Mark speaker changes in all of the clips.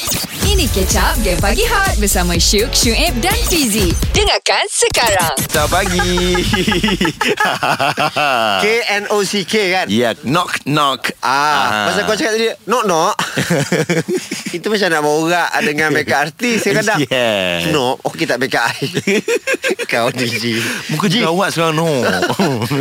Speaker 1: Mari catch up Game Pagi Hot Bersama Syuk, Syuib dan Fizi Dengarkan sekarang
Speaker 2: Dah pagi Ah.
Speaker 3: K-N-O-C-K kan
Speaker 2: Ya Knock knock
Speaker 3: Ah, Pasal kau cakap tadi Nok nok Itu macam nak borak Dengan makeup artist Kadang
Speaker 2: Yes.
Speaker 3: Nok Okey tak makeup I Kau ni Ji
Speaker 2: Muka
Speaker 3: Ji
Speaker 2: juga awak sekarang no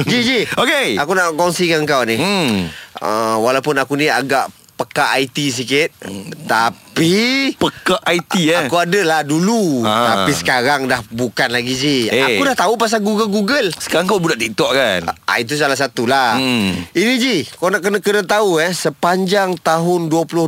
Speaker 3: Ji Ji
Speaker 2: Okay
Speaker 3: Aku nak kongsikan kau ni
Speaker 2: Hmm
Speaker 3: uh, Walaupun aku ni agak Peka IT sikit
Speaker 2: Hmm.
Speaker 3: Tapi
Speaker 2: Peka IT eh
Speaker 3: Aku adalah dulu
Speaker 2: Ah.
Speaker 3: Tapi sekarang dah Bukan lagi Ji
Speaker 2: Eh.
Speaker 3: Aku dah tahu pasal Google-Google
Speaker 2: Sekarang kau budak TikTok kan
Speaker 3: Ah, itu salah satu lah.
Speaker 2: Hmm.
Speaker 3: Hmm. Ini Ji, kau nak kena kena tahu eh sepanjang tahun 2020.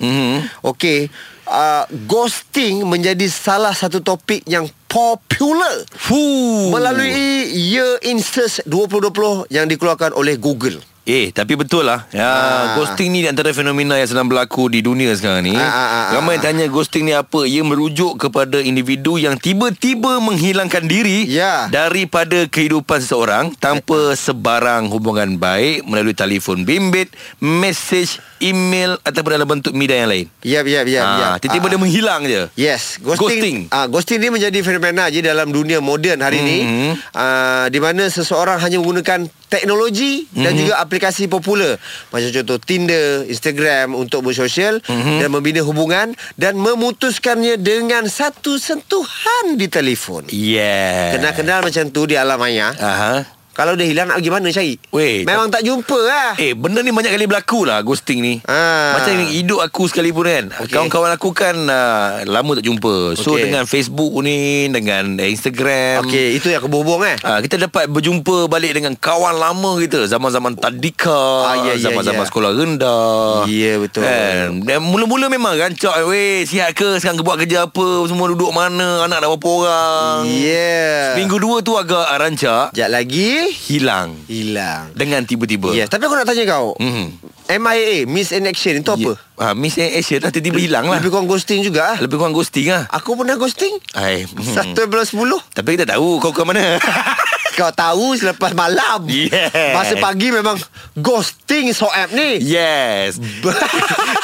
Speaker 2: Hmm
Speaker 3: Okey, uh, ghosting menjadi salah satu topik yang popular
Speaker 2: Fuh.
Speaker 3: melalui Year in Search 2020 yang dikeluarkan oleh Google.
Speaker 2: Eh tapi betul lah ya,
Speaker 3: Ah.
Speaker 2: Ghosting ni di antara fenomena yang sedang berlaku di dunia sekarang ni
Speaker 3: Ah, ah, ah,
Speaker 2: Ramai
Speaker 3: ah.
Speaker 2: tanya ghosting ni apa Ia merujuk kepada individu yang tiba-tiba menghilangkan diri
Speaker 3: Ya.
Speaker 2: Daripada kehidupan seseorang Tanpa sebarang hubungan baik Melalui telefon bimbit, mesej, email Ataupun dalam bentuk media yang lain
Speaker 3: Yap, yap, yap, yap.
Speaker 2: Ah, Tiba-tiba dia menghilang je
Speaker 3: Yes, ghosting.
Speaker 2: Ghosting.
Speaker 3: Ah, ghosting ni menjadi fenomena je dalam dunia moden hari mm-hmm.
Speaker 2: Mhm.
Speaker 3: ni. Ah, di mana seseorang hanya menggunakan teknologi mm-hmm. dan juga aplikasi popular. Macam contoh Tinder, Instagram untuk bersosial mm-hmm. dan membina hubungan dan memutuskannya dengan satu sentuhan di telefon.
Speaker 2: Yeah
Speaker 3: Kenal-kenal macam tu di alam maya.
Speaker 2: Aha.
Speaker 3: Kalau dia hilang nak pergi mana cari?
Speaker 2: Weh,
Speaker 3: Memang tak jumpa lah.
Speaker 2: Eh benda ni banyak kali berlaku lah Ghosting ni
Speaker 3: Ah.
Speaker 2: Macam hidup aku sekali pun kan okay.
Speaker 3: Okey.
Speaker 2: Kawan-kawan aku kan uh, Lama tak jumpa So okay.
Speaker 3: Okey.
Speaker 2: dengan Facebook ni Dengan Instagram
Speaker 3: Okey, itu yang aku berhubung eh.
Speaker 2: Ah, kita dapat berjumpa balik dengan kawan lama kita Zaman-zaman tadika
Speaker 3: Ah, ya, ya,
Speaker 2: Zaman-zaman
Speaker 3: ya.
Speaker 2: sekolah rendah
Speaker 3: Ya, betul.
Speaker 2: kan? Dan mula-mula memang rancak Weh sihat ke sekarang ke buat kerja apa Semua duduk mana Anak dah berapa orang
Speaker 3: Yeah.
Speaker 2: Minggu dua tu agak ah, rancak
Speaker 3: Sekejap lagi
Speaker 2: Hilang
Speaker 3: hilang.
Speaker 2: Dengan tiba-tiba
Speaker 3: Yes, tapi aku nak tanya kau.
Speaker 2: Mhm.
Speaker 3: MIA, miss in action itu apa?
Speaker 2: Ha, Miss Asia dah tiba-tiba hilang lah
Speaker 3: Lebih kurang ghosting juga ah.
Speaker 2: Lebih kurang ghosting lah
Speaker 3: Aku pernah ghosting.
Speaker 2: Hai. mhm.
Speaker 3: Satu daripada sepuluh
Speaker 2: Tapi kita tahu kau ke mana
Speaker 3: Kau tahu selepas malam
Speaker 2: Yes. Ya.
Speaker 3: Masa pagi memang Ghosting soap ni
Speaker 2: Yes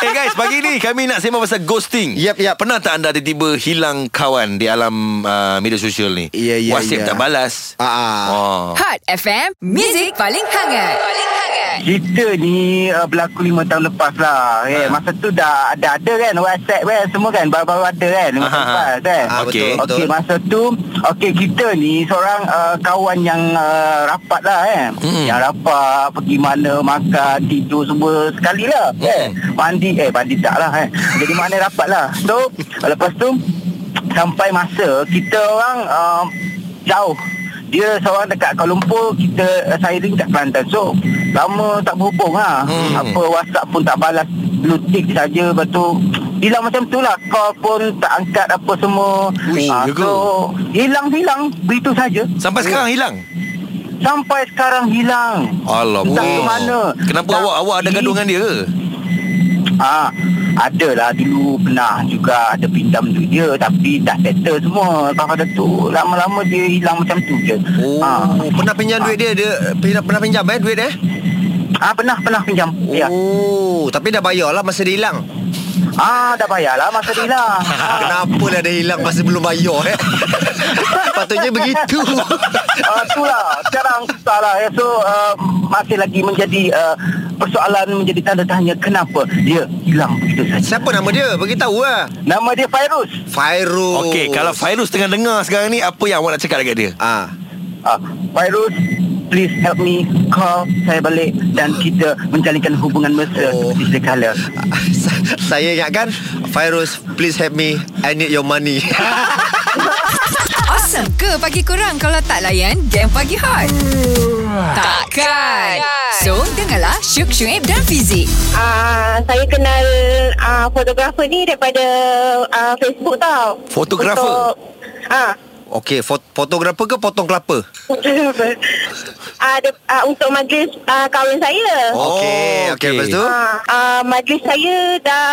Speaker 2: Hey guys Pagi ni kami nak sembang pasal ghosting
Speaker 3: Yap, yap.
Speaker 2: Pernah tak anda tiba-tiba hilang kawan Di alam uh, media sosial ni
Speaker 3: Ya, ya,
Speaker 2: Whatsapp
Speaker 3: ya.
Speaker 2: tak balas
Speaker 3: Ah, ah.
Speaker 2: oh.
Speaker 1: Hot FM Music paling hangat Paling hangat
Speaker 4: Cerita ni uh, berlaku lima tahun lepas lah. Eh,
Speaker 3: Ah.
Speaker 2: Ha.
Speaker 4: Masa tu dah ada ada kan WhatsApp kan semua kan baru-baru ada kan lima
Speaker 2: Ha, ha,
Speaker 4: tahun
Speaker 2: ha.
Speaker 4: lepas kan.
Speaker 3: Ah,
Speaker 2: Okey.
Speaker 3: betul, betul.
Speaker 4: Okey masa tu okey kita ni seorang uh, kawan yang uh, rapat lah kan.
Speaker 2: Hmm.
Speaker 4: Yang rapat pergi mana makan tidur semua sekali lah kan. Mandi eh mandi tak lah kan. Jadi mana rapat lah. So lepas tu sampai masa kita orang uh, jauh dia seorang dekat Kuala Lumpur kita uh, saya ni dekat Kelantan so lama tak berhubung ha
Speaker 2: Hmm.
Speaker 4: hmm. apa WhatsApp pun tak balas blutik saja lepas tu hilang macam tu lah call pun tak angkat apa semua
Speaker 2: Ui,
Speaker 4: Ah,
Speaker 2: ya ke?
Speaker 4: so hilang-hilang begitu saja
Speaker 3: Oh.
Speaker 2: Sampai sekarang hilang
Speaker 4: sampai sekarang hilang
Speaker 2: Alamak
Speaker 4: Entah ke mana.
Speaker 2: Kenapa
Speaker 4: Tak-
Speaker 2: awak awak ada gaduh dengan dia ke?
Speaker 4: Ah, adalah dulu pernah juga ada pinjam duit dia tapi dah settle semua. Pada tu lama-lama dia hilang macam tu je.
Speaker 2: Oh.
Speaker 4: Ah,
Speaker 3: Oh, Pernah pinjam duit dia, dia pernah, pernah pinjam eh duit eh
Speaker 4: ah pernah pernah pinjam. Oh. Ya.
Speaker 3: Oh Tapi dah bayar lah Masa dia hilang
Speaker 4: Ah, dah bayarlah masa dia hilang.
Speaker 2: Ha.
Speaker 4: Ah,
Speaker 3: Kenapa lah dia hilang Masa belum bayar eh Patutnya begitu
Speaker 4: Ah, itulah sekarang susah lah ya. so uh, masih lagi menjadi uh, persoalan menjadi tanda tanya kenapa dia hilang begitu saja
Speaker 3: Siapa nama dia Beritahu lah
Speaker 4: nama dia Fairuz
Speaker 3: Fairuz
Speaker 2: Okey, kalau Fairuz tengah dengar sekarang ni apa yang awak nak cakap dekat dia?
Speaker 3: Ah,
Speaker 4: Ah, Virus Please help me Call saya balik Dan kita menjalinkan hubungan mesra
Speaker 3: Oh.
Speaker 4: oh. Seperti sekala
Speaker 3: sa- Saya ingatkan Fairuz Please help me I need your money
Speaker 1: Awesome ke pagi kurang Kalau tak layan Game Pagi Hot Takkan So dengarlah Syuk, Syuib dan Fizi
Speaker 5: Ah, saya kenal ah, fotografer ni daripada ah, Facebook tau.
Speaker 2: Fotografer?
Speaker 5: Untuk, ah,
Speaker 3: Okey, fot- fotografer ke potong kelapa?
Speaker 5: fotografer. ah, de, ah, untuk majlis ah, kahwin saya.
Speaker 2: Oh,
Speaker 3: Okey, okey,
Speaker 2: okey.
Speaker 3: lepas tu?
Speaker 5: Ah, ah, majlis saya dah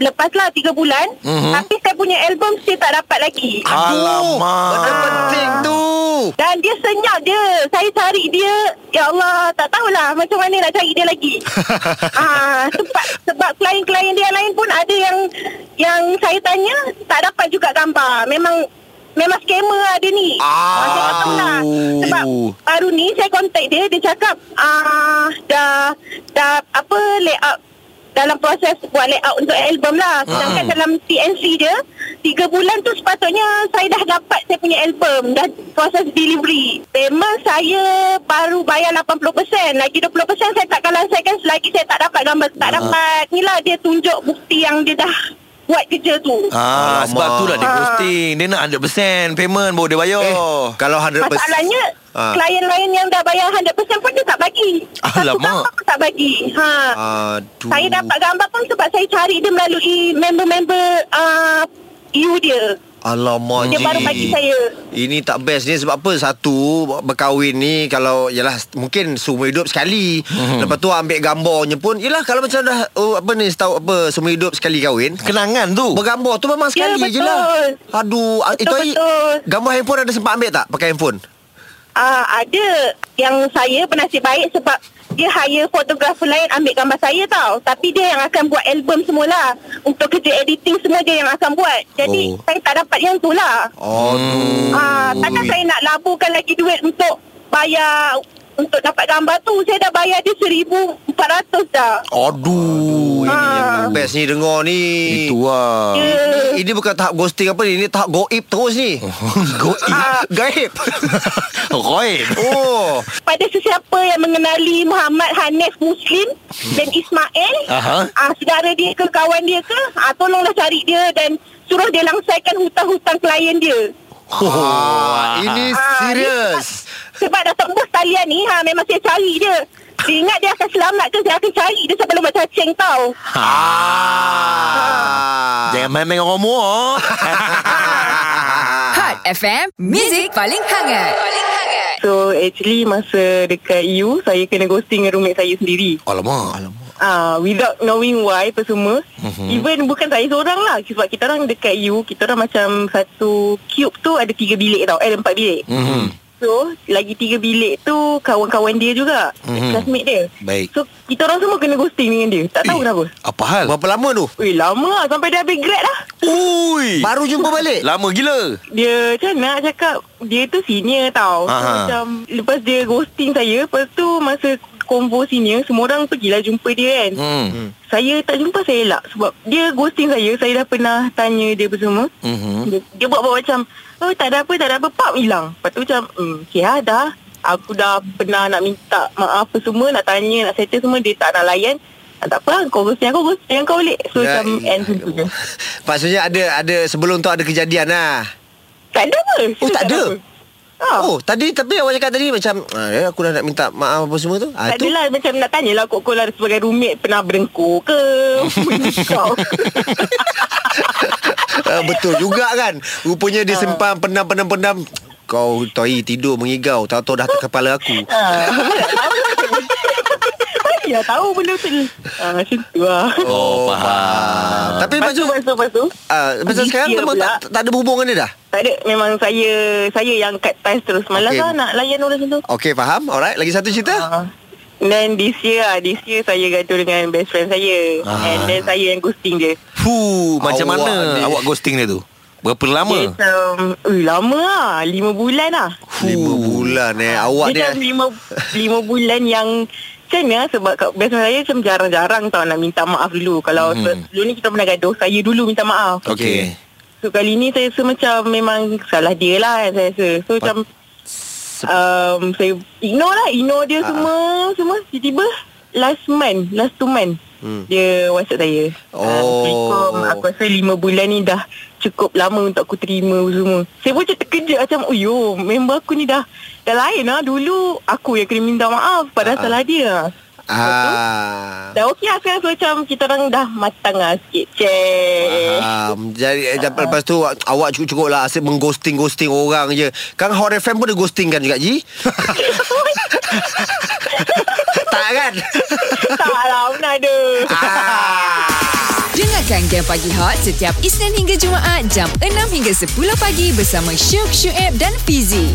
Speaker 5: lepas lah 3 bulan.
Speaker 2: Mhm.
Speaker 5: Tapi saya punya album still tak dapat lagi. Ah,
Speaker 2: Alamak.
Speaker 3: Benda penting tu.
Speaker 5: Dan dia senyap je. Saya cari dia, ya Allah, tak tahulah macam mana nak cari dia lagi. ah, sebab sebab klien-klien dia lain pun ada yang yang saya tanya tak dapat juga gambar. Memang memang scammer lah dia ni.
Speaker 3: Ah,
Speaker 5: saya tak tahu lah.
Speaker 2: tu.
Speaker 5: Sebab baru ni saya contact dia, dia cakap ah, dah dah apa layout dalam proses buat layout untuk album lah. Sedangkan
Speaker 2: Ah.
Speaker 5: dalam TNC dia, tiga bulan tu sepatutnya saya dah dapat saya punya album. Dah proses delivery. Payment saya baru bayar 80%. Lagi 20% saya tak kalah saya kan selagi saya tak dapat gambar. Tak dapat ni lah dia tunjuk bukti yang dia dah buat kerja tu.
Speaker 2: Ah,
Speaker 3: Alamak.
Speaker 2: sebab tu lah dia
Speaker 5: Ah.
Speaker 2: ghosting. Dia nak 100% payment baru dia bayar.
Speaker 3: Oh. Kalau 100%
Speaker 5: Masalahnya
Speaker 3: Ah.
Speaker 5: klien lain yang dah bayar 100% pun dia tak bagi. Satu
Speaker 2: Alamak.
Speaker 5: gambar pun tak bagi. Ha.
Speaker 3: Aduh.
Speaker 5: Saya dapat gambar pun sebab saya cari dia melalui member-member uh, EU dia.
Speaker 3: Alamak
Speaker 5: Dia
Speaker 3: Ji.
Speaker 5: baru bagi saya.
Speaker 3: Ini tak best ni sebab apa Satu Berkahwin ni Kalau Yalah mungkin seumur hidup sekali mm-hmm. Lepas tu ambil gambarnya pun Yalah kalau macam dah oh, Apa ni tahu apa Seumur hidup sekali kahwin
Speaker 2: Kenangan tu.
Speaker 3: Bergambar tu memang
Speaker 5: Ya,
Speaker 3: sekali je
Speaker 5: betul.
Speaker 3: lah Aduh betul, Itu hari-
Speaker 5: betul.
Speaker 3: Gambar handphone ada sempat ambil tak Pakai handphone
Speaker 5: Uh, ada yang saya bernasib baik sebab dia hire fotografer lain ambil gambar saya tau. Tapi dia yang akan buat album semula. Untuk kerja editing semua dia yang akan buat.
Speaker 3: Oh.
Speaker 5: Jadi oh. saya tak dapat yang tu lah.
Speaker 3: Aduh
Speaker 5: Ah, takkan saya nak laburkan lagi duit untuk bayar untuk dapat gambar tu. Saya dah bayar dia RM1,400 dah.
Speaker 2: Aduh.
Speaker 3: Ini yang
Speaker 5: Ah.
Speaker 3: best ni dengar ni
Speaker 2: Itu
Speaker 3: Ah.
Speaker 2: lah.
Speaker 5: Dia,
Speaker 3: Ini bukan tahap ghosting apa ni Ini tahap goib terus ni
Speaker 2: Goib.
Speaker 5: ah,
Speaker 3: Gaib
Speaker 2: Goib.
Speaker 3: Oh
Speaker 5: pada sesiapa yang mengenali Muhammad Hanif Muslim dan Ismail,
Speaker 2: Aha.
Speaker 5: ah, saudara dia ke kawan dia ke, ah, tolonglah cari dia dan suruh dia langsaikan hutang-hutang klien dia.
Speaker 3: Wah, ini
Speaker 5: Ah,
Speaker 3: serius.
Speaker 5: Sebab dah tembus talian ni, ha, memang saya cari dia. Dia ingat dia akan selamat ke, saya akan cari dia sebelum mak cacing tau.
Speaker 3: Ah.
Speaker 2: Jangan main main orang mua.
Speaker 1: Hot FM, Music paling hangat. Paling hangat.
Speaker 5: So actually masa dekat EU saya kena ghosting dengan roommate saya sendiri.
Speaker 2: Alamak. Alamak.
Speaker 5: Ah uh, without knowing why apa semua.
Speaker 2: Mhm.
Speaker 5: Mm-hmm. Even bukan saya seorang lah sebab kita orang dekat EU kita orang macam satu cube tu ada tiga bilik tau. Eh empat bilik.
Speaker 2: Mm-hmm.
Speaker 5: So lagi tiga bilik tu kawan-kawan dia juga.
Speaker 2: Mhm.
Speaker 5: Mm-hmm. Classmate dia.
Speaker 2: Baik.
Speaker 5: So kita orang semua kena ghosting dengan dia. Tak tahu
Speaker 2: Eh.
Speaker 5: kenapa.
Speaker 2: Apa hal?
Speaker 3: Berapa lama tu?
Speaker 5: Weh lama lah sampai dia habis grad lah.
Speaker 2: Ui.
Speaker 3: Baru jumpa balik?
Speaker 2: Lama gila.
Speaker 5: Dia macam mana nak cakap Dia tu senior tau so,
Speaker 2: Aha.
Speaker 5: Macam Lepas dia ghosting saya Lepas tu masa Konvo senior Semua orang pergilah jumpa dia kan hmm.
Speaker 2: Hmm.
Speaker 5: Saya tak jumpa saya elak Sebab dia ghosting saya Saya dah pernah tanya dia apa semua
Speaker 2: Mhm.
Speaker 5: dia, dia buat-buat macam Oh tak ada apa tak ada apa Pap hilang Lepas tu macam hmm, Okay lah dah Aku dah pernah nak minta maaf apa semua Nak tanya nak settle semua Dia tak nak layan "Ah, tak apa lah, kau ghosting aku ghosting dengan kau balik So
Speaker 3: Ya
Speaker 5: macam end tu je
Speaker 3: Maksudnya ada ada sebelum tu ada kejadian lah.
Speaker 5: Tak ada apa
Speaker 3: Oh, tak ada?
Speaker 5: apa. Ah.
Speaker 3: Oh, tadi tapi awak cakap tadi macam ah, ya, aku dah nak minta maaf apa semua tu. Ah
Speaker 5: Tak
Speaker 3: tu.
Speaker 5: adalah macam nak tanyalah kok kau lah sebagai roommate pernah berdengkur ke? Menyukau.
Speaker 3: Ah, betul juga kan. Rupanya
Speaker 5: Ah.
Speaker 3: dia simpan pendam-pendam-pendam. Kau toi tidur mengigau Tahu-tahu dah atas kepala aku
Speaker 5: ya tahu benda tu. Ah, macam tu lah.
Speaker 2: Oh, faham.
Speaker 3: Tapi
Speaker 5: Ah. Lepas tu,
Speaker 3: macam
Speaker 5: lepas tu, lepas tu.
Speaker 3: ah, Macam
Speaker 5: Dia
Speaker 3: sekarang tu memang
Speaker 5: pula.
Speaker 3: tak, tak ada berhubung dengan dia dah
Speaker 5: Tak ada. Memang saya saya yang cut ties terus. Malas
Speaker 3: Okey.
Speaker 5: lah nak layan orang macam tu.
Speaker 3: Okay faham Alright lagi satu cerita
Speaker 5: Ah. Then this year lah. This year saya gaduh dengan best friend saya. And then saya yang ghosting dia.
Speaker 2: Fuh, macam
Speaker 3: Awak
Speaker 2: mana
Speaker 3: ni.
Speaker 2: awak ghosting dia tu? Berapa
Speaker 5: Dia
Speaker 2: lama?
Speaker 5: macam, um, lama lah. Lima bulan lah.
Speaker 3: Lima bulan eh Awak
Speaker 5: Ah. dia
Speaker 3: ni
Speaker 5: dah lima, lima bulan yang macam mana sebab kat, biasanya saya macam jarang-jarang tau nak minta maaf dulu. Kalau
Speaker 2: Mhm.
Speaker 5: hmm. sebelum ni kita pernah gaduh, saya dulu minta maaf.
Speaker 2: Okey.
Speaker 5: So kali ni saya rasa macam memang salah dia lah kan saya rasa. So macam um, saya ignore lah, ignore dia semua, semua. Tiba-tiba last month, last two month. Hmm. Dia whatsapp saya
Speaker 3: Oh.
Speaker 5: Ah, Assalamualaikum Aku rasa lima bulan ni dah Cukup lama untuk aku terima semua Saya pun macam terkejut Macam oh yo Member aku ni dah Dah lain lah Dulu aku yang kena minta maaf Padahal salah dia
Speaker 3: ah,
Speaker 5: Dah okey lah sekarang So macam kita orang dah matang lah sikit Cek
Speaker 3: Um, jadi uh, lepas tu awak- awak cukup-cukup lah asyik mengghosting-ghosting orang je. Kan Hot FM pun dia ghosting kan juga Ji? tak kan?
Speaker 5: Tak lah Mana ada
Speaker 3: ah.
Speaker 1: Dengarkan Game Pagi Hot setiap Isnin hingga Jumaat jam 6 hingga 10 pagi bersama Syuk, Syuib dan Fizi.